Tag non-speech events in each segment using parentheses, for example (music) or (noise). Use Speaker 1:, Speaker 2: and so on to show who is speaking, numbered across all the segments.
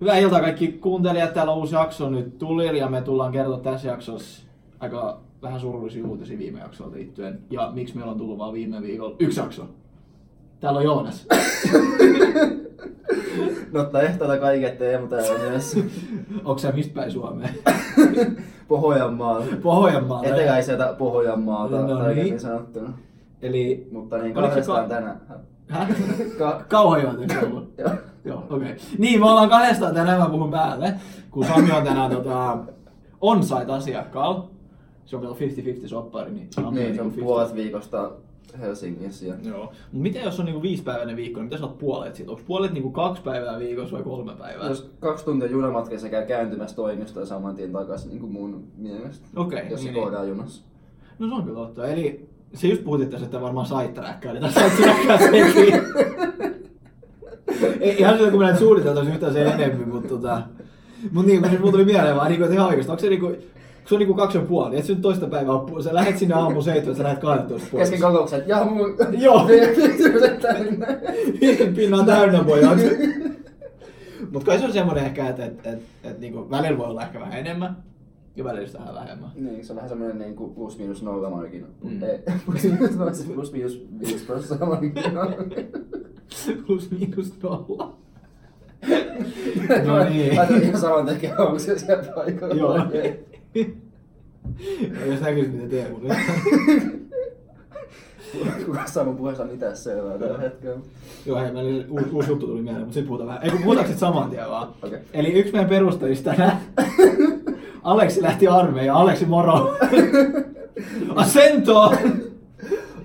Speaker 1: Hyvää iltaa kaikki kuuntelijat, täällä uusi jakso nyt tuli ja me tullaan kertoa tässä jaksossa aika vähän surullisia uutisia viime jaksoon liittyen ja miksi meillä on tullut vaan viime viikolla yksi jakso. Täällä on
Speaker 2: (laughs)
Speaker 1: Joonas.
Speaker 2: No ehtoilla kaiket teemoja myös
Speaker 1: Onko sä mistä päin Suomeen?
Speaker 2: Pohjanmaa.
Speaker 1: Pohjanmaalta.
Speaker 2: Eteläiseltä Pohjanmaalta,
Speaker 1: No
Speaker 2: no, tarkemmin
Speaker 1: niin.
Speaker 2: niin. sanottuna.
Speaker 1: Eli
Speaker 2: Mutta niin
Speaker 1: Oliko se
Speaker 2: kahdestaan
Speaker 1: ka-
Speaker 2: tänään.
Speaker 1: Häh?
Speaker 2: Ka-
Speaker 1: Kauhajoelta eikö se ollut?
Speaker 2: Joo.
Speaker 1: Joo, okei. Niin, me ollaan kahdestaan tänään, mä puhun päälle, kun Sami on tänään tota, on-site asiakkaalla. Se on vielä 50-50 soppari, niin Sami
Speaker 2: Niin, se on
Speaker 1: niinku
Speaker 2: puolet viikosta Helsingissä. Ja...
Speaker 1: Joo. Mut miten jos on niinku viisipäiväinen viikko, niin mitä sä oot puolet siitä? Onko puolet niinku kaksi päivää viikossa vai kolme päivää?
Speaker 2: Jos kaksi tuntia junamatkassa käy kääntymässä toimistoon saman tien takaisin, niin kuin mun mielestä.
Speaker 1: Okei,
Speaker 2: Jos se
Speaker 1: niin,
Speaker 2: koodaan junassa.
Speaker 1: No se on kyllä totta. Eli se just puhutit tässä, että varmaan saittaräkkää, niin tässä saittaräkkää (laughs) sekin. Ei, ihan sillä, kun me näitä suunniteltaisiin yhtään sen enemmän, mutta tota... Mut niin, kun se mulla tuli mieleen vaan, niinku, että ihan oikeesti, onko se niinku... kun Se on niinku kaksi ja puoli, et se nyt toista päivää on pu- Sä lähet sinne aamu seitsemän, sä lähet 12 pois.
Speaker 2: Kesken kokouksen, että jaa mun...
Speaker 1: Joo.
Speaker 2: Vittu, täynnä.
Speaker 1: Viiden (laughs) pinnan täynnä (laughs) pojat. Mutta kai se on semmoinen ehkä, että et, et, et niinku välillä voi olla ehkä vähän enemmän ja välillä sitä vähän
Speaker 2: (laughs)
Speaker 1: vähemmän.
Speaker 2: (laughs) Niin, se on vähän semmoinen niin kuin plus miinus nolla markkina.
Speaker 1: Mm.
Speaker 2: Mm. Ei, (laughs) plus miinus nolla, siis plus miinus viisi prosenttia markkina.
Speaker 1: (laughs) Plus miinus nolla. (laughs) No niin.
Speaker 2: Mä en ihan saman tekee, onko se siellä paikalla.
Speaker 1: Joo.
Speaker 2: vai ei.
Speaker 1: Ja jos näkyisit mitä Teemu nyt.
Speaker 2: (laughs) Kuka saa mun puheessa mitään selvää tällä hetkellä.
Speaker 1: Joo, hei, meillä oli uusi, uusi juttu tuli mieleen, mutta sitten puhutaan vähän. Ei, kun puhutaanko sitten saman tien vaan.
Speaker 2: Okei.
Speaker 1: Eli yksi meidän perustajista
Speaker 2: (laughs)
Speaker 1: tänään. Aleksi lähti armeijaan. Aleksi
Speaker 2: (laughs)
Speaker 1: moro. Asento!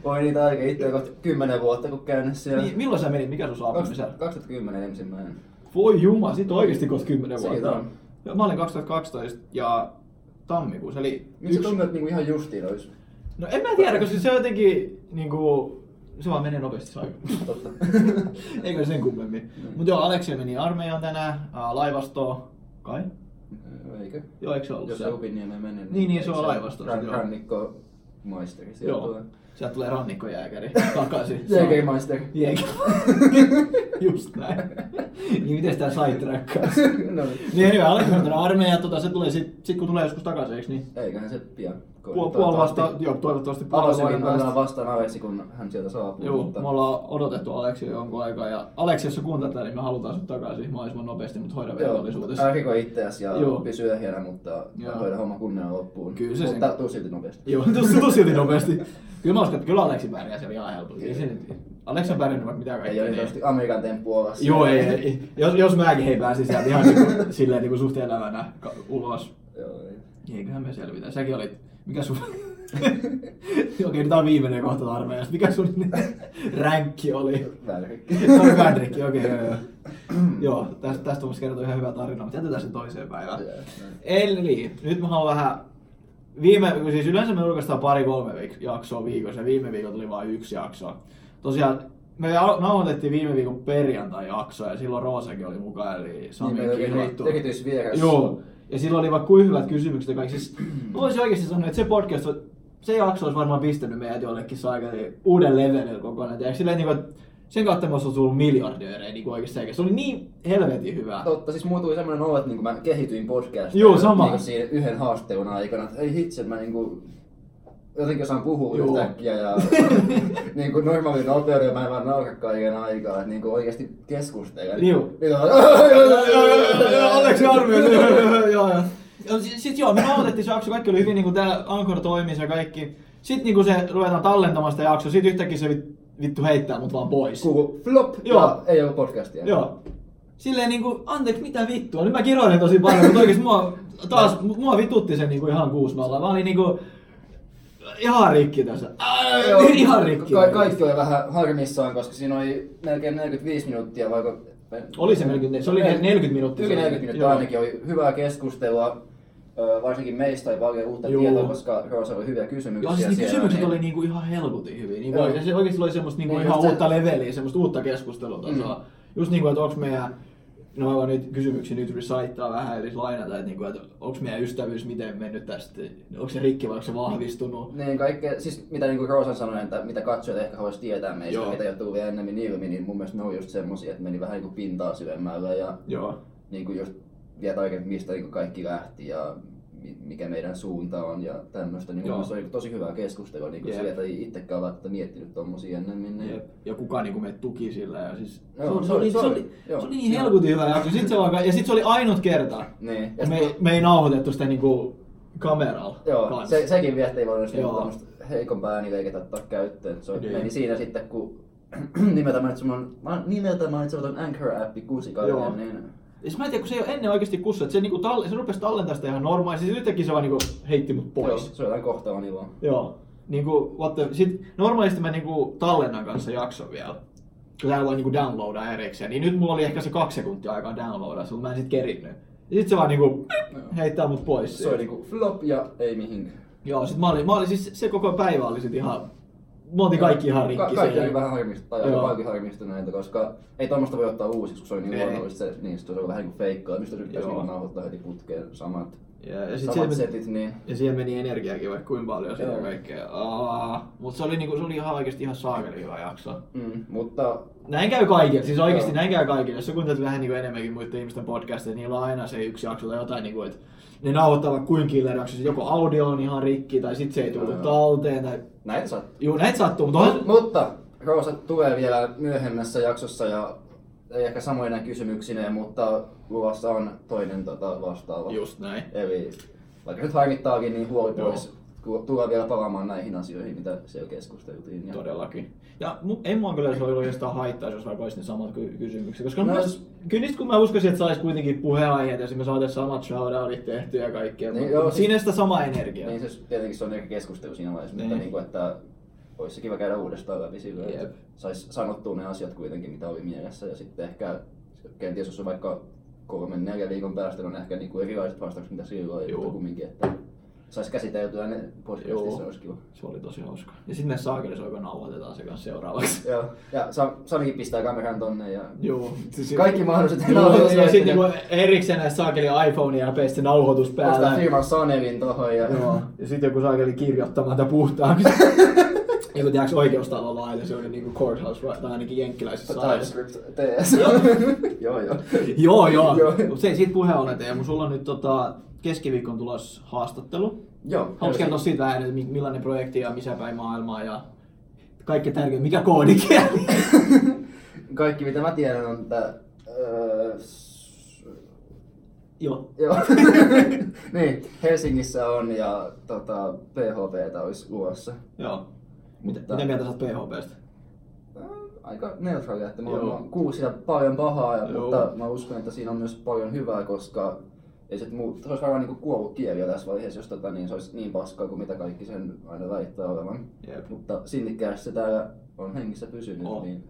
Speaker 2: Voi niitä oikein itse kohta kymmenen vuotta kun käynyt siellä.
Speaker 1: Niin, milloin sä menit? Mikä sun saapumisen?
Speaker 2: 2010 ensimmäinen.
Speaker 1: Voi jumala, sit on oikeesti kohta 10 vuotta.
Speaker 2: Siitä on.
Speaker 1: Ja mä olin 2012 ja tammikuussa, eli
Speaker 2: Miksi sä tunnet niinku ihan justiin ois?
Speaker 1: No en mä tiedä, koska se on jotenkin niinku... Se vaan menee nopeasti se aika.
Speaker 2: (laughs) Totta.
Speaker 1: (laughs)
Speaker 2: No.
Speaker 1: Eikä sen kummemmin. Mut joo, Aleksi meni armeijaan tänään, ää, laivastoon. Kai?
Speaker 2: Eikö?
Speaker 1: Joo, eikö se ollut
Speaker 2: Jos
Speaker 1: siellä?
Speaker 2: se Upinniemeen menee.
Speaker 1: Niin, niin, se on laivastossa,
Speaker 2: ran-
Speaker 1: joo.
Speaker 2: Rannikko maisteri sieltä
Speaker 1: Joo.
Speaker 2: tulee.
Speaker 1: Sieltä tulee rannikkojääkäri
Speaker 2: (laughs)
Speaker 1: takaisin.
Speaker 2: Jägerimaisteri.
Speaker 1: Jääkäri. (laughs) Just näin. niin miten sitä sidetrackkaa?
Speaker 2: (laughs) No niin.
Speaker 1: niin anyway, Aleksi on tänään armeijaan, tota, se tulee sit, sit kun tulee joskus takaisin, eiks niin?
Speaker 2: Eiköhän se pian.
Speaker 1: Puol, puoli vasta, joo, toivottavasti puoli
Speaker 2: Aloisin
Speaker 1: vuoden päästä.
Speaker 2: vastaan, vastaan Aleksi, kun hän sieltä saapuu.
Speaker 1: Joo,
Speaker 2: mutta-
Speaker 1: me ollaan odotettu Aleksi jonkun aikaa ja Aleksi, jos sä kuuntelet tätä, niin me halutaan sut takaisin mahdollisimman nopeasti, mutta hoida velvollisuutesi.
Speaker 2: Joo, riko itseäsi ja
Speaker 1: Joo.
Speaker 2: Joo. pysy ehjänä, mutta
Speaker 1: Joo.
Speaker 2: hoida homma kunnolla loppuun.
Speaker 1: Kyllä se
Speaker 2: mutta
Speaker 1: sen-
Speaker 2: tuu silti
Speaker 1: (laughs)
Speaker 2: nopeasti.
Speaker 1: Joo, tosi tosi silti nopeasti. Kyllä mä uskon, että kyllä Aleksi pärjää siellä ihan helposti. Ei se nyt- Aleksi on pärjännyt vaikka mitään
Speaker 2: Ei
Speaker 1: kaikkea.
Speaker 2: ole
Speaker 1: niin-
Speaker 2: tietysti Amerikan temppu olla siellä.
Speaker 1: Joo, ei, ei. Jos, jos mäkin hei pääsin sieltä ihan niinku, (laughs) silleen niinku suht elävänä ka- ulos.
Speaker 2: Joo, ei.
Speaker 1: niin Eiköhän me selvitä. Säkin olit, mikä sun... (laughs) Okei, nyt tää on viimeinen kohta armeijasta. Mikä sun (laughs) ränkki oli?
Speaker 2: Värrikki.
Speaker 1: (laughs) Se on Patrick, okei, joo,
Speaker 2: (clears throat) (laughs)
Speaker 1: joo. joo, tästä, tästä voisi kertoa ihan hyvä tarina, mutta jätetään sen toiseen päivään.
Speaker 2: Joo, näin.
Speaker 1: Eli nyt mä haluan vähän... Viime, kun siis yleensä me julkaistaan pari-kolme viik- jaksoa viikossa, ja viime viikolla tuli vain yksi jakso. Tosiaan, me al- nauhoitettiin viime viikon perjantai-jakso, ja silloin Roosakin oli mukaan, eli Sami
Speaker 2: Niin, meillä oli
Speaker 1: kirjoittu.
Speaker 2: erityisvieras.
Speaker 1: Joo, ja silloin oli vaikka kuinka hyvät kysymykset ja kaikki. Siis, mä voisin oikeasti sanoa, että se podcast, se jakso olisi varmaan pistänyt meidät jollekin se aika uuden levelille kokonaan. Ja silleen, niin kuin, sen kautta me olisi tullut miljardöörejä niin oikeasti. Se oli niin helvetin hyvää.
Speaker 2: Totta, siis mulla tuli semmoinen olo, että niinku mä kehityin podcastiin.
Speaker 1: Joo, sama.
Speaker 2: Niinku siinä yhden haasteun aikana, että ei hitse, mä niinku jotenkin osaan puhua
Speaker 1: Joo.
Speaker 2: yhtäkkiä ja niinku normaali nopeudella mä en vaan nauka kaiken aikaa, että niinku oikeesti keskustella.
Speaker 1: Joo.
Speaker 2: Niin on,
Speaker 1: Aleksi armiot. (laughs) Sitten joo, me aloitettiin se jakso, kaikki oli hyvin, niin kuin tämä Anchor toimii se kaikki. Sitten niin kuin se ruvetaan tallentamaan sitä jaksoa, sitten yhtäkkiä se vit- vittu heittää mut vaan pois.
Speaker 2: Kuuluu flop
Speaker 1: Joo.
Speaker 2: ja ei ollut podcastia.
Speaker 1: Joo. Silleen niinku, anteeksi mitä vittua, nyt mä kiroilin tosi paljon, mutta oikeesti mua, taas, mua vitutti se niinku ihan kuusmalla. Mä olin niinku, ihan rikki tässä. Ää,
Speaker 2: Joo,
Speaker 1: (laughs) ihan rikki.
Speaker 2: Ka- kaikki oli vähän harmissaan, koska siinä oli melkein 45 minuuttia, vaikka...
Speaker 1: Oli se melkein- se oli
Speaker 2: Ei,
Speaker 1: 40 minuuttia.
Speaker 2: Yli 40 minuuttia
Speaker 1: Joo.
Speaker 2: ainakin oli hyvää keskustelua. Ö, Varsinkin meistä oli paljon uutta
Speaker 1: Joo.
Speaker 2: tietoa, koska Roosa oli hyviä kysymyksiä
Speaker 1: Joo, siis ne
Speaker 2: siellä,
Speaker 1: kysymykset
Speaker 2: niin-
Speaker 1: oli niinku ihan helkutin hyviä. Niinku,
Speaker 2: Joo.
Speaker 1: ja se oikeesti oli semmoista niinku
Speaker 2: Niin
Speaker 1: ihan
Speaker 2: just se- Mm.
Speaker 1: uutta leveliä, semmoista uutta keskustelutasoa. Just niinku, että onks meidän No mä voin niitä kysymyksiä nyt recitaa vähän, eli lainata, että, niinku, että onko meidän ystävyys miten mennyt tästä, onko se rikki vai onko se vahvistunut.
Speaker 2: Niin kaikkea, siis mitä niinku Roosan sanoi, että mitä katsojat ehkä haluaisi tietää meistä,
Speaker 1: Joo.
Speaker 2: mitä joutuu vielä enemmän ilmi, niin mun mielestä ne on just semmosia, että meni vähän niinku pintaa syvemmälle ja
Speaker 1: Joo.
Speaker 2: niinku just tietää oikein, mistä niinku kaikki lähti ja mi- mikä meidän suunta on ja tämmöistä. Niin
Speaker 1: Joo.
Speaker 2: mun se on niinku tosi hyvää keskustelua, niinku
Speaker 1: Jep.
Speaker 2: yep. sieltä ei itsekään välttämättä miettinyt tommosia ennemmin. Niin...
Speaker 1: Jep. Ja kuka niinku meitä tuki sillä. Ja siis,
Speaker 2: Joo,
Speaker 1: se, oli, se,
Speaker 2: se oli-
Speaker 1: oli, se,
Speaker 2: se
Speaker 1: oli,
Speaker 2: oli,
Speaker 1: se
Speaker 2: joo.
Speaker 1: oli niin helkutin hyvä jakso. Sit se vaan, ja sit se oli ainut kerta.
Speaker 2: Niin.
Speaker 1: Ja
Speaker 2: Ja
Speaker 1: me,
Speaker 2: sit-
Speaker 1: me ei nauhoitettu sitä niinku kameralla
Speaker 2: Joo,
Speaker 1: kanssa.
Speaker 2: se, sekin viesti ei voinut
Speaker 1: Joo.
Speaker 2: niinku heikompaa äänileikettä ottaa käyttöön. Se on-
Speaker 1: Niin.
Speaker 2: meni siinä sitten, kun (clears throat) nimeltä mainitsematon, ma- nimeltä mainitsematon Anchor-appi
Speaker 1: Joo.
Speaker 2: kusikainen, niin
Speaker 1: Ja sit mä en tiedä, kun se ei ole ennen oikeasti kussu, että se, niinku talle, se rupesi tallentamaan sitä ihan normaalisti, siis yhtäkkiä se vaan niinku heitti mut
Speaker 2: Joo,
Speaker 1: pois.
Speaker 2: se on jotain kohtaan iloa.
Speaker 1: Joo. Niinku, what the, sit, normaalisti mä niinku tallennan kanssa jakson vielä. Kun täällä voi niinku downloadaa erikseen, niin nyt mulla oli ehkä se kaksi sekuntia aikaa downloadaa, sillä mä en sit kerinnyt. Ja sit se vaan niinku heittää mut pois.
Speaker 2: Se on
Speaker 1: siitä.
Speaker 2: niinku flop ja ei mihinkään.
Speaker 1: Joo, sit mä olin, mä olin siis se koko päivä oli sit ihan, me oltiin kaikki ihan rikki
Speaker 2: Ka- kaikki
Speaker 1: siellä.
Speaker 2: oli vähän harmistuneita,
Speaker 1: Joo.
Speaker 2: tai kaikki harmistuneita, koska ei tuommoista voi ottaa uusiksi, kun se on niin
Speaker 1: Ei.
Speaker 2: luonnollista, se- niin sit se on vähän niinku feikkaa, mistä yrittäisi
Speaker 1: Joo.
Speaker 2: niinku nauhoittaa heti putkeen samat,
Speaker 1: Ja, ja sit
Speaker 2: samat
Speaker 1: siellä,
Speaker 2: setit, niin
Speaker 1: ja siihen meni energiaakin vaikka kuinka paljon sitä
Speaker 2: Joo.
Speaker 1: kaikkea. Aa, mut se oli, niinku, se oli ihan oikeesti ihan saakeli hyvä jakso.
Speaker 2: mm, mutta
Speaker 1: Näin käy kaikille, siis oikeasti
Speaker 2: Joo.
Speaker 1: näin käy kaikille. Jos sä kuuntelet vähän niin enemmänkin muiden ihmisten podcasteja, niillä on aina se yksi jakso tai jotain, niin kuin, että ne nauhoittavat kuin killer jakso, siis joko audio on ihan rikki tai sit se ei tullut
Speaker 2: Joo.
Speaker 1: talteen. Tai...
Speaker 2: näitä sattuu.
Speaker 1: Juu, näitä sattuu, mutta
Speaker 2: Mut,
Speaker 1: on...
Speaker 2: mutta Roosa tulee vielä myöhemmässä jaksossa ja ei ehkä samoina kysymyksineen, mutta luvassa on toinen tota, vastaava.
Speaker 1: Just näin.
Speaker 2: Eli vaikka nyt harmittaakin, niin huoli
Speaker 1: Joo.
Speaker 2: pois. Ku- Tullaan vielä palaamaan näihin asioihin, mitä siellä keskusteltiin. Ja...
Speaker 1: Todellakin. Ja mu- ei mua kyllä se oli oikeastaan haittaa, jos vaikka olisi ne samat ky- kysymykset. Koska
Speaker 2: No
Speaker 1: no,
Speaker 2: jos-
Speaker 1: kyllä niistä kun mä uskoisin, että saisi kuitenkin puheenaiheita, jos me saataisiin samat shoutoutit tehtyä ja kaikkea.
Speaker 2: Niin,
Speaker 1: Niin,
Speaker 2: joo,
Speaker 1: joo,
Speaker 2: siis-
Speaker 1: siinä ei sitä samaa energiaa.
Speaker 2: Niin siis tietenkin se on eri keskustelu siinä vaiheessa, mutta
Speaker 1: Niin.
Speaker 2: niin kuin, että olisi se kiva käydä uudestaan läpi silleen,
Speaker 1: Jep.
Speaker 2: että saisi sanottua ne asiat kuitenkin, mitä oli mielessä. Ja sitten ehkä, kenties jos on vaikka kolmen, neljän viikon päästä, niin on ehkä niin kuin erilaiset vastaukset, mitä silloin,
Speaker 1: Juu.
Speaker 2: mutta kumminkin, että saisi käsiteltyä ne podcastissa,
Speaker 1: Joo.
Speaker 2: se olisi kiva.
Speaker 1: Se oli tosi hauska. Ja sitten me saakelisoiko nauhoitetaan se kanssa seuraavaksi.
Speaker 2: (laughs) Joo. Ja Sa- Sami pistää kameran tonne ja
Speaker 1: Joo. Siis,
Speaker 2: Kaikki mahdolliset
Speaker 1: Joo,
Speaker 2: nauhoitukset.
Speaker 1: ja sitten niinku erikseen näistä saakeli iPhonea ja peistä nauhoitus
Speaker 2: ostaa
Speaker 1: päällä.
Speaker 2: firman Sanelin tohon ja
Speaker 1: Joo. Ja sitten joku saakeli kirjoittamaan tätä puhtaaksi. Joku tiedäks oikeustalo lailla, se oli niinku courthouse, tai ainakin jenkkiläisessä saaressa.
Speaker 2: (laughs) TypeScript TS. (laughs) Joo, joo.
Speaker 1: (laughs) Joo, joo.
Speaker 2: Joo.
Speaker 1: Mut se ei siitä puheen ole, Teemu. Sulla on nyt tota, keskiviikon tulos haastattelu.
Speaker 2: Joo.
Speaker 1: Haluatko kertoa siitä vähän, että mi- millainen projekti ja missä päin maailmaa ja kaikki tärkein, mikä koodikieli?
Speaker 2: Kaikki mitä mä tiedän on, että öö, s-
Speaker 1: (laughs) joo. (laughs)
Speaker 2: joo. niin, Helsingissä on ja tota, PHPtä olisi luossa.
Speaker 1: Joo. Mitä,
Speaker 2: Mutta-
Speaker 1: mitä mieltä sä oot PHPstä?
Speaker 2: Äh, Aika neutraali, että mä
Speaker 1: Joo.
Speaker 2: oon kuullut siitä paljon pahaa, ja,
Speaker 1: Joo.
Speaker 2: mutta mä uskon, että siinä on myös paljon hyvää, koska ei se, muu, se olisi varmaan niin kuollut kieli jo tässä vaiheessa, jos tota, niin se olisi niin paskaa kuin mitä kaikki sen aina väittää olevan.
Speaker 1: Jep.
Speaker 2: Mutta sinnikkäästi se täällä on hengissä pysynyt,
Speaker 1: On.
Speaker 2: niin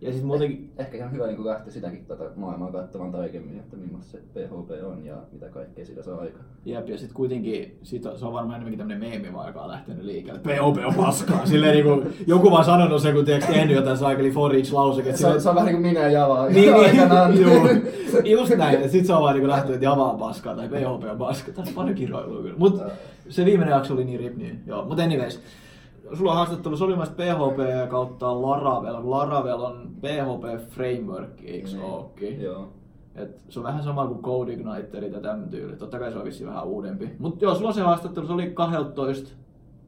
Speaker 1: Ja siis muutenkin,
Speaker 2: ehkä ihan hyvä niin lähteä sitäkin tätä maailmaa katsomaan tarkemmin, että millaista se PHP on ja mitä kaikkea sillä saa aikaan.
Speaker 1: Jep, ja sitten kuitenkin sit on- se on varmaan enemmänkin tämmöinen meemi vaan, joka on lähtenyt liikkeelle. POP on paskaa. Silleen niinku, joku vaan sanonut sen, kun tiedätkö tehnyt jotain saakeli for each lauseke.
Speaker 2: Se on,
Speaker 1: Silleen,
Speaker 2: se on vähän niin kuin minä ja Java
Speaker 1: niin,
Speaker 2: (laughs) aikanaan.
Speaker 1: niin, (laughs) juu, just
Speaker 2: (laughs)
Speaker 1: näin. Ja sit se on vaan niinku lähtenyt, että Java on paskaa tai PHP on paskaa. Tässä on paljon kiroilua kyllä. Mut se viimeinen jakso oli niin rip, niin joo. Mut anyways. Sulla on haastattelu, se oli myös PHP kautta Laravel. Laravel on PHP framework, eikö
Speaker 2: Niin.
Speaker 1: ookin?
Speaker 2: Joo.
Speaker 1: Et se on vähän sama kuin Code Igniterit ja tämän tyyli. Totta kai se on vissiin vähän uudempi. Mutta joo, sulla on se haastattelu, se oli 12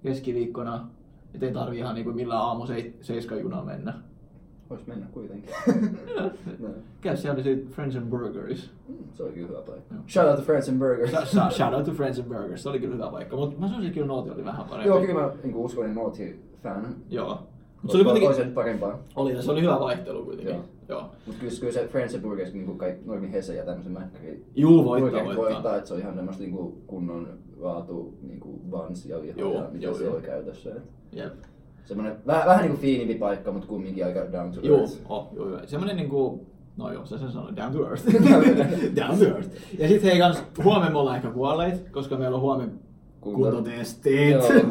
Speaker 1: keskiviikkona. Et ei tarvi ihan niinku millään aamu seit- seiska juna mennä.
Speaker 2: Voisi mennä
Speaker 1: (laughs)
Speaker 2: kuitenkin. No.
Speaker 1: Niin. Käy siellä siitä Friends and Burgers.
Speaker 2: Mm, Se oli kyllä hyvä paikka.
Speaker 1: Joo.
Speaker 2: Shout out to Friends and Burgers.
Speaker 1: Sa- sa- Shout out to Friends and Burgers, se oli kyllä hyvä paikka. Mutta mä sanoisin, että kyllä Nooti oli vähän parempi.
Speaker 2: (laughs) Joo, kyllä mä niin uskon, että Naughty fan.
Speaker 1: Joo. Mut se oli kuitenkin...
Speaker 2: Olisi nyt parempaa.
Speaker 1: Oli, ja se oli hyvä vaihtelu kuitenkin.
Speaker 2: Joo.
Speaker 1: Joo. joo.
Speaker 2: Mutta kyllä, kyllä se Friends and Burgers, niin kuin kaikki Normi Hesse ja tämmöisen mäkkäri.
Speaker 1: Juu, voittaa,
Speaker 2: oikein
Speaker 1: voittaa.
Speaker 2: voittaa. että se on ihan semmoista niin kuin kunnon laatu niin kuin vans ja lihaa
Speaker 1: Joo,
Speaker 2: ja mitä
Speaker 1: joo,
Speaker 2: siellä
Speaker 1: joo.
Speaker 2: on käytössä. Et
Speaker 1: Jep.
Speaker 2: Semmoinen vähän, vähän niin kuin fiinimpi paikka, mutta kumminkin aika down to
Speaker 1: Joo,
Speaker 2: earth.
Speaker 1: oh, joo, joo. Semmoinen niinku, no joo, sä sen sanoit, down to
Speaker 2: (laughs)
Speaker 1: earth. down to earth. Ja sit hei kans, huomenna me ollaan ehkä kuolleet, koska meillä on huomenna
Speaker 2: Kunto-
Speaker 1: kuntotestit.
Speaker 2: Joo.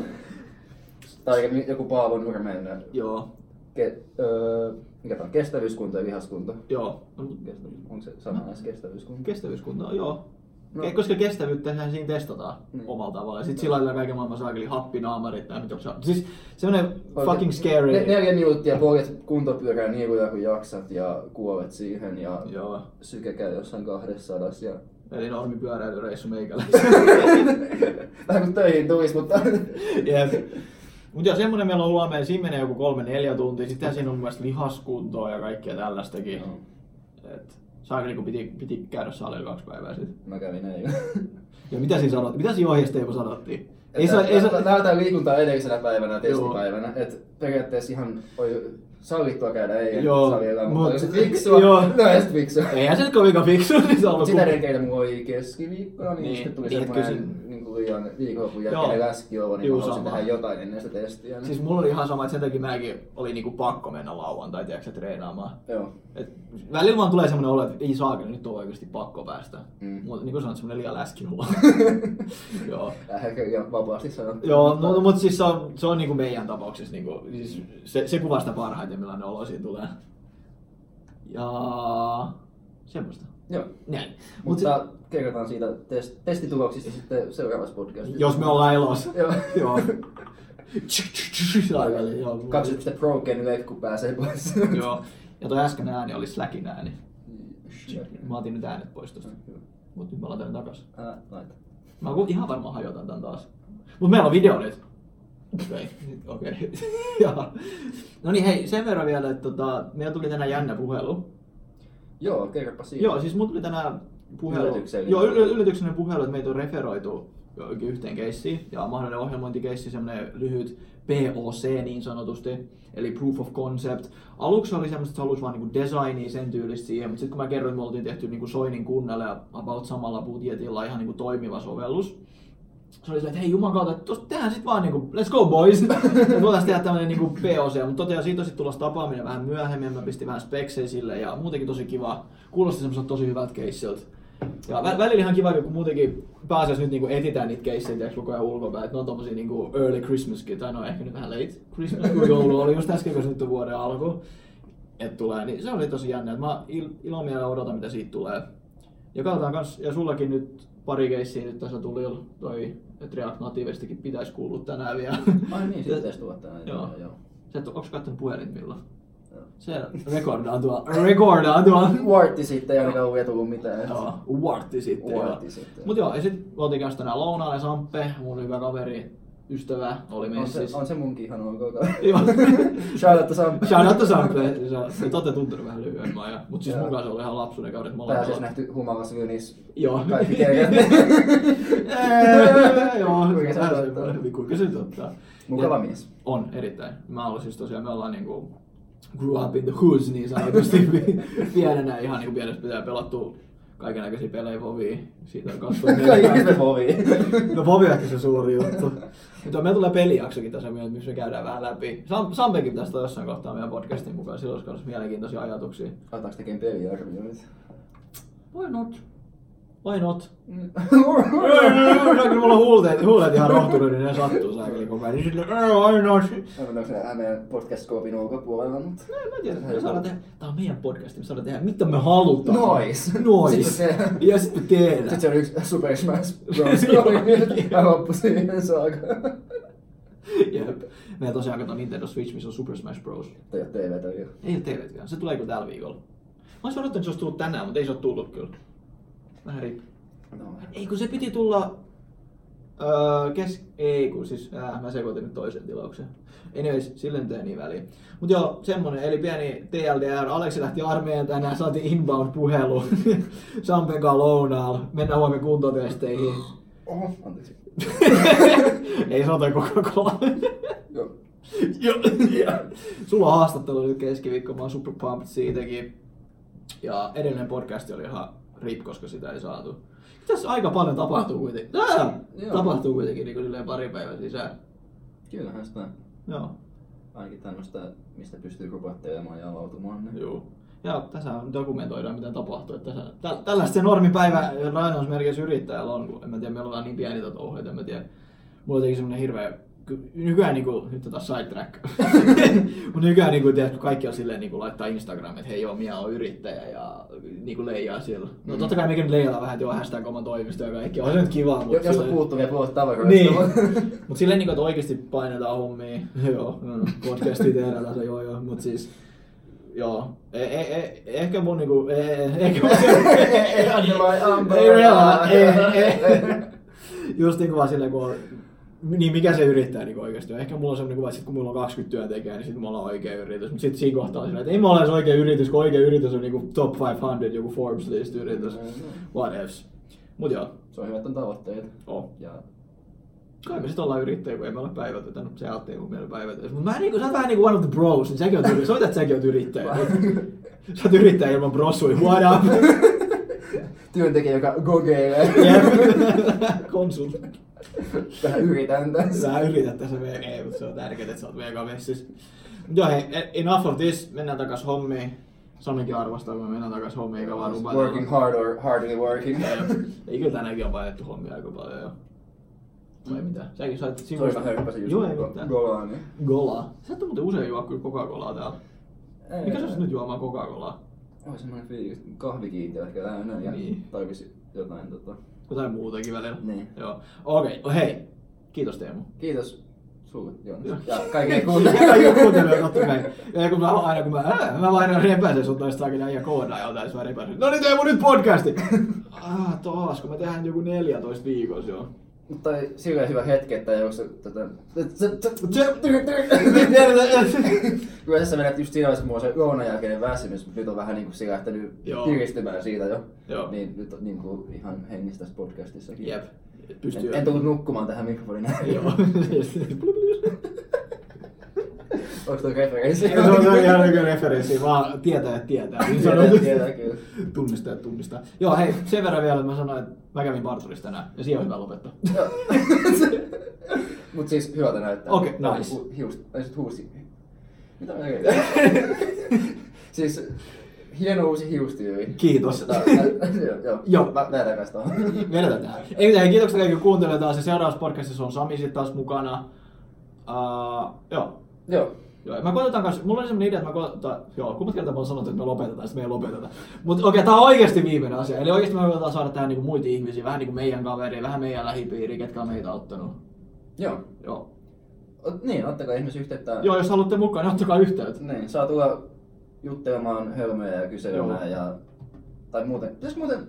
Speaker 2: Tai joku Paavo Nurmeinen
Speaker 1: joo.
Speaker 2: ke, öö, mikä tämä on, kestävyyskunto ja lihaskunto.
Speaker 1: Joo. No,
Speaker 2: Kestävyys, onko se sama edes kestävyyskunto?
Speaker 1: Kestävyyskunta on joo.
Speaker 2: No.
Speaker 1: No. Koska kestävyyttähän siinä testataan
Speaker 2: Niin.
Speaker 1: niin. omalla tavalla. Ja sit sillä lailla kaiken maailman saakeli happinaamarit tai mitä onko se- Siis semmonen
Speaker 2: Oikein.
Speaker 1: fucking scary.
Speaker 2: Ne, neljä minuuttia poljet kuntopyörää nieluja kun jaksat ja kuolet siihen ja
Speaker 1: Joo.
Speaker 2: syke käy jossain 200
Speaker 1: (laughs)
Speaker 2: ja
Speaker 1: Eli normipyöräilyreissu meikäläisen.
Speaker 2: (laughs) vähän kuin töihin tulisi, mutta
Speaker 1: Jep. Mut joo, semmonen meillä on huomenna, siinä menee joku kolme neljä tuntia, sitten siinä on mun mielestä lihaskuntoa ja kaikkea tällaistakin.
Speaker 2: Joo.
Speaker 1: Et saakeli kun piti, piti käydä salilla kaksi päivää sitten.
Speaker 2: mä kävin eilen.
Speaker 1: Ja mitä siinä sanottiin? Mitä siinä ohjeisteessa sanottiin? Ei saa,
Speaker 2: Että-
Speaker 1: ei saa...
Speaker 2: että Näytän liikuntaa edellisenä päivänä, testipäivänä,
Speaker 1: testipäivänä.
Speaker 2: että periaatteessa ihan oli sallittua käydä eilen
Speaker 1: Joo,
Speaker 2: salilla, mutta
Speaker 1: mut-
Speaker 2: jos et fiksua,
Speaker 1: joo.
Speaker 2: (laughs) no ei sit fiksua.
Speaker 1: Eihän se nyt kovinkaan fiksu, niin se on ollut
Speaker 2: Sitä
Speaker 1: kun-
Speaker 2: edelleen mulla oli keskiviikkona, niin, niin
Speaker 1: Niin,
Speaker 2: sitten tuli
Speaker 1: niin, et
Speaker 2: semmoinen
Speaker 1: kyllä
Speaker 2: niin kuin liian viikonlopun jälkeinen
Speaker 1: Joo.
Speaker 2: läski olla, niin
Speaker 1: Juu,
Speaker 2: mä halusin
Speaker 1: sama.
Speaker 2: tehdä jotain ennen sitä testiä. Niin.
Speaker 1: Siis mulla oli ihan sama, että sen takia mäkin oli niinku pakko mennä lauantai, tiedätkö, treenaamaan.
Speaker 2: Joo.
Speaker 1: Et välillä vaan tulee semmoinen olo, että ei saakeli, nyt on oikeasti pakko päästä.
Speaker 2: Mm.
Speaker 1: Mm. Mutta niin kuin sanoit, semmoinen liian läski mulla. (laughs) Joo.
Speaker 2: Ehkä ihan vapaasti sanottu.
Speaker 1: Joo, no, mutta siis se on, se on niinku meidän tapauksessa, niinku, siis se, se kuvastaa parhaiten, millainen olo siinä tulee. Ja semmoista.
Speaker 2: Joo.
Speaker 1: Näin. Mut
Speaker 2: Mutta kerrotaan siitä test- testituloksista sitten seuraavassa podcastissa.
Speaker 1: sit, jos me ollaan elossa.
Speaker 2: Joo.
Speaker 1: Joo. Saakeli, joo.
Speaker 2: 2.1 Pro Gen Wave, kun pääsee pois. (laughs)
Speaker 1: Joo. Ja toi äsken ääni oli Slackin ääni.
Speaker 2: Shit.
Speaker 1: Mä otin nyt äänet pois tosta. Mut nyt mä laitan ne takas.
Speaker 2: Ää, laita.
Speaker 1: Mä oon ihan varmaan hajotan tän taas. Mut meillä on video nyt. Okei, okei. (laughs) Joo. No niin hei, sen verran vielä, että tota, meillä tuli tänään jännä puhelu.
Speaker 2: Joo, kerropa siitä.
Speaker 1: Joo, siis mulla tuli tänään puhelu.
Speaker 2: Yllätyksellinen.
Speaker 1: Joo, yl- yllätyksellinen puhelu, että meitä on referoitu johonkin yhteen keissiin. Ja mahdollinen ohjelmointikeissi, semmoinen lyhyt POC niin sanotusti, eli Proof of Concept. Aluksi oli semmoista, että se halusi vaan niinku designia sen tyylistä siihen, mutta sitten kun mä kerroin, että me oltiin tehty niinku Soinin kunnalle ja about samalla budjetilla ihan niinku toimiva sovellus, se oli se, että hei juman kautta, että tosta tehdään sit vaan niinku, let's go boys. ja voitaisiin tehdä tämmönen niinku POC, mutta tosiaan siitä on sit tulossa tapaaminen vähän myöhemmin, mä pistin vähän speksejä sille ja muutenkin tosi kiva. Kuulosti semmoiselta tosi hyvältä keissiltä. Ja vä- välillä ihan kiva, kun muutenkin pääasiassa nyt niinku etitään niitä keissejä tiiäks, koko ajan ulkopäin, että ne on tommosia niinku early Christmaskin, tai no ehkä nyt vähän late Christmas, kun joulu oli just äsken, kun se nyt on vuoden alku. Et tulee, niin se oli tosi jännä, että mä il- ilomielellä odotan mitä siitä tulee. Ja katsotaan kans, ja sullakin nyt pari keissiä nyt tässä tuli jo toi, että React Natiivestikin pitäisi kuulua tänään vielä.
Speaker 2: Ai niin, sitten tästä tuottaa.
Speaker 1: Joo.
Speaker 2: joo.
Speaker 1: Sä et, oo- onks kattonut puhelin milloin?
Speaker 2: Joo.
Speaker 1: Se rekordaan
Speaker 2: (laughs)
Speaker 1: tuolla, rekordaan tuolla.
Speaker 2: Wartti sitten ei ainakaan ole tullut mitään.
Speaker 1: Joo, Wartti sitten.
Speaker 2: Wartti
Speaker 1: joo.
Speaker 2: sitten.
Speaker 1: Mut joo, ja sit me oltiin kanssa tänään lounaalle Samppe, mun hyvä kaveri, ystävä, oli
Speaker 2: On se,
Speaker 1: messissä.
Speaker 2: on se munkin ihan
Speaker 1: (laughs)
Speaker 2: ok.
Speaker 1: siis- Joo.
Speaker 2: (laughs) Shout out to Sampo.
Speaker 1: Shout out to Sampe, se on- te olette tuntunut vähän lyhyemmän ajan, mut siis
Speaker 2: Joo.
Speaker 1: mun kanssa oli ihan lapsuuden kaudet
Speaker 2: Tää siis
Speaker 1: molemmat.
Speaker 2: nähty humalassa kynissä.
Speaker 1: Joo. (laughs)
Speaker 2: Kaikki kerrat.
Speaker 1: Eee, Joo,
Speaker 2: Kuinka se
Speaker 1: vähän
Speaker 2: ottaa?
Speaker 1: semmoinen, kuinka se nyt ottaa.
Speaker 2: Mukava
Speaker 1: Ja- (laughs)
Speaker 2: mies.
Speaker 1: On, erittäin. Mä olen siis tosiaan, me ollaan niinku grew up in the hoods niin
Speaker 2: (laughs)
Speaker 1: sanotusti pienenä, ihan niinku pienessä pitää pelattu kaikenlaisia pelejä vovia. Siitä on
Speaker 2: (laughs) Kaikki se
Speaker 1: 24.
Speaker 2: vovi.
Speaker 1: No Vovi on ehkä se suuri juttu. Mutta meillä tulee pelijaksokin tässä myöhemmin, missä me käydään vähän läpi. Sam- Sampekin tästä on jossain kohtaa meidän podcastin mukaan, silloin olisi myös mielenkiintoisia ajatuksia.
Speaker 2: Otaks tekemään peliarvioita?
Speaker 1: Why not? Why not?
Speaker 2: Onko
Speaker 1: Kyllä mulla on huulet, huulet ihan rohtunut, niin ne sattuu saakeli koko ajan. Niin sitten, why not?
Speaker 2: ne meidän podcast-koopin ulkopuolella, mutta...
Speaker 1: Mä No, en tiedä, me saadaan tehdä, tää on meidän podcast, niin me saadaan tehdä mitä me halutaan.
Speaker 2: Nois.
Speaker 1: Nois.
Speaker 2: Sitten se-
Speaker 1: Ja sitten me tehdään.
Speaker 2: Sitten se on yksi Super Smash
Speaker 1: (laughs)
Speaker 2: Bros. Mä loppu siihen saakka.
Speaker 1: Jep. Meillä tosiaan kato Nintendo Switch, missä on Super Smash Bros.
Speaker 2: Toi on TV toi jo.
Speaker 1: Ei ole teille vielä, se tulee kyllä tällä viikolla. Mä olisin odottanut, että se olisi tullut tänään, mutta ei se ole tullut kyllä. Vähän rip.
Speaker 2: No.
Speaker 1: Ei kun se piti tulla... Öö, kes... Ei kun siis... Äh, mä sekoitin nyt toisen tilauksen. Anyways, sille nyt ei niin väliä. Mut joo, semmonen. Eli pieni TLDR. Aleksi lähti armeijaan tänään, saatiin inbound puhelu. (laughs) Sampen kanssa lounaalla. Mennään huomenna kuntotesteihin.
Speaker 2: Oho,
Speaker 1: (laughs)
Speaker 2: anteeksi.
Speaker 1: ei sota koko kola.
Speaker 2: Joo.
Speaker 1: (laughs) Joo. Sulla on haastattelu nyt keskiviikko, mä oon super pumped siitäkin. Ja edellinen podcast oli ihan rip, koska sitä ei saatu. Tässä aika paljon tapahtuu kuitenkin. Tää
Speaker 2: Joo.
Speaker 1: tapahtuu kuitenkin niin kuin pari päivän sisään.
Speaker 2: Kyllähän sitä
Speaker 1: Joo.
Speaker 2: ainakin tämmöistä, mistä pystyy rupattelemaan ja avautumaan. Niin.
Speaker 1: Joo. Ja tässä dokumentoidaan, mitä tapahtuu. Että tässä, tä, tällaista se normipäivä lainausmerkeissä yrittäjällä on, kun en mä tiedä, me ollaan niin pieni tätä ohjeita, en mä tiedä. Mulla teki semmoinen hirveä ky- nykyään niinku, nyt on taas sidetrack. (laughs) Mut nykyään niinku, tiedät, kun kaikki on silleen niinku laittaa Instagram, että hei joo, minä oon yrittäjä ja niinku leijaa sillä. No
Speaker 2: Mm.
Speaker 1: totta kai mekin leijalla vähän, että joo, hashtag oma toimisto ja kaikki, on se nyt kivaa, mut
Speaker 2: Jo- Jos on
Speaker 1: silleen-
Speaker 2: puuttuu vielä puolet tavaroista.
Speaker 1: Niin,
Speaker 2: vaan-
Speaker 1: (laughs) mut silleen niinku, että oikeesti painetaan hommia. (laughs) joo, no, podcastia tehdään tässä, joo joo, mut siis... Joo, e- e- e- ehkä mun niinku, e- e- ehkä (laughs) mun
Speaker 2: Vai ampaa.
Speaker 1: ei, reala- ei, ei. (laughs) Just niinku vaan silleen, kun on, niin mikä se yrittää niinku oikeasti on. Ehkä mulla on semmoinen kuva, että sit kun mulla on 20 työntekijää, niin sitten mulla on oikea yritys. Mutta sitten siinä kohtaa on silleen, että ei mulla ole edes oikea yritys, kun oikea yritys on niinku top 500, joku Forbes list yritys. What else? Mut joo,
Speaker 2: (laughs) Se on hyvä, että on tavoitteita.
Speaker 1: on.
Speaker 2: Ja
Speaker 1: Kai me sit ollaan yrittäjiä, kun ei me olla päivätytä. No, se Altti ei mun mielestä päivätytä. Mut mä niinku, sä oot vähän niinku one of the bros, niin säkin oot yrittäjä. Soita, että säkin oot yrittäjä. Sä oot yrittäjä ilman brossuja. What
Speaker 2: (laughs)
Speaker 1: up?
Speaker 2: työntekijä, joka gogeilee. (laughs)
Speaker 1: Jep. Konsultti.
Speaker 2: Vähän yritän tässä.
Speaker 1: Sä yrität tässä VG, mutta se on tärkeää, että sä oot VG-messissä. Mutta joo, hei, e, enough of this. Mennään takas hommiin. Samikin arvostaa, kun me mennään takas hommiin, eikä vaan rupata.
Speaker 2: Working hard or hardly working. (laughs)
Speaker 1: Ei kyllä tänäänkin on painettu hommia aika paljon jo. Vai mitä? Säkin sait
Speaker 2: Toista
Speaker 1: sivusta.
Speaker 2: hörppäsi just
Speaker 1: Joo, ei mitään.
Speaker 2: Golani.
Speaker 1: Gola. Sä et oo muuten usein juo kyllä Coca-Colaa täällä. Mikä sä olisit nyt juomaan Coca-Colaa?
Speaker 2: Oi semmonen fiilis, että kahvikiintiö ehkä täynnä ja
Speaker 1: Niin.
Speaker 2: tarvisi jotain tota.
Speaker 1: Jotain muutakin välillä.
Speaker 2: Niin.
Speaker 1: Joo. Okei, okay. hei. Kiitos Teemu.
Speaker 2: Kiitos sulle,
Speaker 1: Joo.
Speaker 2: Joonas. Ja
Speaker 1: (laughs)
Speaker 2: kaikille
Speaker 1: Kaikille
Speaker 2: kuuntelijoille.
Speaker 1: kuuntelijoille, totta kai. Ja kun mä aina, kun mä, äh, mä aina repäsen sut noista kaikille äijä koodaa jotain, sä repäsen. No niin Teemu, nyt podcasti! ah, taas, kun me tehdään joku 14 viikossa, joo.
Speaker 2: Mutta silleen hyvä hetki, että jos tätä... Kyllä tässä menet just siinä vaiheessa, kun mulla on se lounan jälkeinen väsymys, mutta nyt on vähän niinku sillä lähtenyt
Speaker 1: Joo.
Speaker 2: kiristymään siitä jo.
Speaker 1: Joo.
Speaker 2: Niin nyt on niinku ihan hengissä tässä podcastissakin.
Speaker 1: Jep.
Speaker 2: En,
Speaker 1: Pystyy.
Speaker 2: en tullut nukkumaan tähän mikrofonin ääreen.
Speaker 1: (laughs)
Speaker 2: (laughs)
Speaker 1: Joo. Siis-
Speaker 2: Onko tuo referenssi?
Speaker 1: se on se on ihan joku referenssi, vaan tietää, että tietää. Niin
Speaker 2: Tiedän,
Speaker 1: sanotusti.
Speaker 2: tiedän kyllä.
Speaker 1: Tunnistaa, että tunnistaa. Joo, hei, sen verran vielä, että mä sanoin, että mä kävin parturissa tänään, ja siihen on hyvä (laughs) lopettaa.
Speaker 2: Joo. Mut siis hyvältä näyttää.
Speaker 1: Okei, nice.
Speaker 2: Hu- Hiust, tai sit huusi. Mitä mä tein?
Speaker 1: (laughs)
Speaker 2: siis hieno uusi hiustyyli.
Speaker 1: Kiitos.
Speaker 2: Tota, nä- joo, joo.
Speaker 1: Joo.
Speaker 2: Mä näytän kanssa
Speaker 1: (laughs)
Speaker 2: tuohon.
Speaker 1: Vedetään tähän. Ei mitään, hei, kiitoksia kaikille kuuntelijoille taas. Ja seuraavassa podcastissa on Sami sitten taas mukana. Uh, joo.
Speaker 2: Joo.
Speaker 1: Joo, mä koitetaan kanssa, mulla oli sellainen idea, että mä koitetaan, joo, kummat kertaa mä oon sanonut, että me lopetetaan, sitten me ei lopeteta. Mutta okei, okay, tää on oikeasti viimeinen asia, eli oikeasti me koitetaan saada tähän niinku muita ihmisiä, vähän niinku meidän kaveria, vähän meidän lähipiiriä, ketkä on meitä auttanut.
Speaker 2: Joo.
Speaker 1: Joo.
Speaker 2: Ot, niin, ottakaa ihmeessä yhteyttä.
Speaker 1: Joo, jos haluatte mukaan, niin ottakaa yhteyttä.
Speaker 2: Niin, saa tulla juttelemaan hölmöjä ja kyselemään ja... Tai muuten, pitäis muuten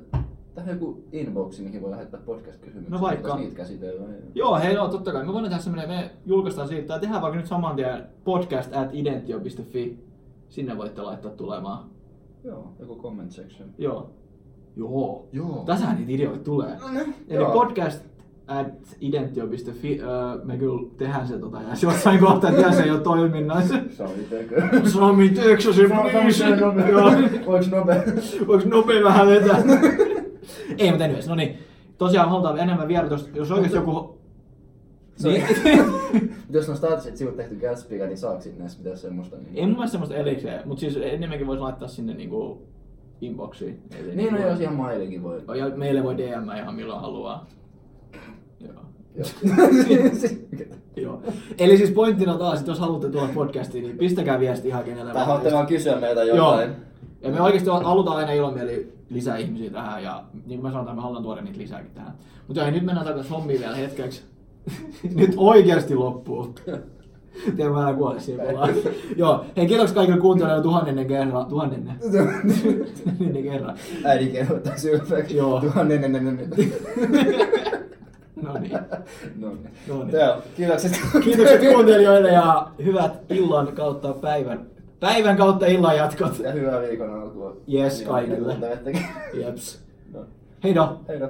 Speaker 2: tähän joku inboxi, mihin voi lähettää podcast-kysymyksiä.
Speaker 1: No vaikka.
Speaker 2: Voitais niitä käsitellä.
Speaker 1: Joo, hei, joo, totta kai. Me voidaan tehdä semmoinen, me julkaistaan siitä, tai tehdään vaikka nyt saman tien podcast at identio.fi. Sinne voitte laittaa tulemaan.
Speaker 2: Joo, joku comment section.
Speaker 1: Joo. Joo.
Speaker 2: Joo.
Speaker 1: Tässähän niitä ideoita tulee.
Speaker 2: No, niin,
Speaker 1: Eli podcast at identio.fi, öö, me kyllä tehdään se tota, ja jossain kohtaa tiedä se jo toiminnassa.
Speaker 2: Sami tekö.
Speaker 1: (laughs) Sami, teeksä se please? Joo.
Speaker 2: Voiks nopea?
Speaker 1: Voiks nopea vähän vetää? Ei, mutta anyways, no niin. Tosiaan halutaan enemmän vielä, jos, jos oikeesti joku...
Speaker 2: Sorry.
Speaker 1: Niin.
Speaker 2: (laughs) Jos on staattiset sivut tehty Gatsbyga, niin saaks sinne edes mitään semmoista? niin-
Speaker 1: Ei mun mielestä semmoista erikseen, mutta siis enemmänkin voisi laittaa sinne niinku inboxiin. Eli
Speaker 2: Niin,
Speaker 1: niinku-
Speaker 2: no jos ihan mailikin voi.
Speaker 1: Ja meille voi DM ihan milloin haluaa. Joo.
Speaker 2: Joo.
Speaker 1: (laughs) Joo. Eli siis pointtina taas, että jos haluatte tulla podcastiin, niin pistäkää viesti ihan kenelle
Speaker 2: Tai haluatte vaan kysyä meiltä
Speaker 1: Joo.
Speaker 2: jotain.
Speaker 1: Ja
Speaker 2: (laughs)
Speaker 1: me oikeasti halutaan aina ilomieli lisää ihmisiä tähän ja niin kuin mä sanoin, me halutaan tuoda niitä lisääkin tähän. Mutta joo, nyt mennään takaisin hommiin vielä hetkeksi. (laughs) nyt oikeasti
Speaker 2: (laughs)
Speaker 1: loppuu. Tiedän, mä en kuole siinä mulla. Joo, hei kiitoksia kaikille kuuntelijoille tuhannennen kerran. Tuhannennen. tuhannennen kerran.
Speaker 2: Äidin kerro tai syöpäksi.
Speaker 1: Niin, Joo.
Speaker 2: Tuhannen ennen ennen.
Speaker 1: (laughs) No niin.
Speaker 2: (laughs) No niin.
Speaker 1: No niin.
Speaker 2: Joo, kiitokset.
Speaker 1: Kiitokset kuuntelijoille ja hyvät illan kautta päivän. Päivän kautta illan jatkot.
Speaker 2: Ja hyvää viikon alkua.
Speaker 1: Yes,
Speaker 2: Niin,
Speaker 1: kaikille.
Speaker 2: mitä kuuntelette.
Speaker 1: Jeps.
Speaker 2: No,
Speaker 1: Hei no.
Speaker 2: Hei no.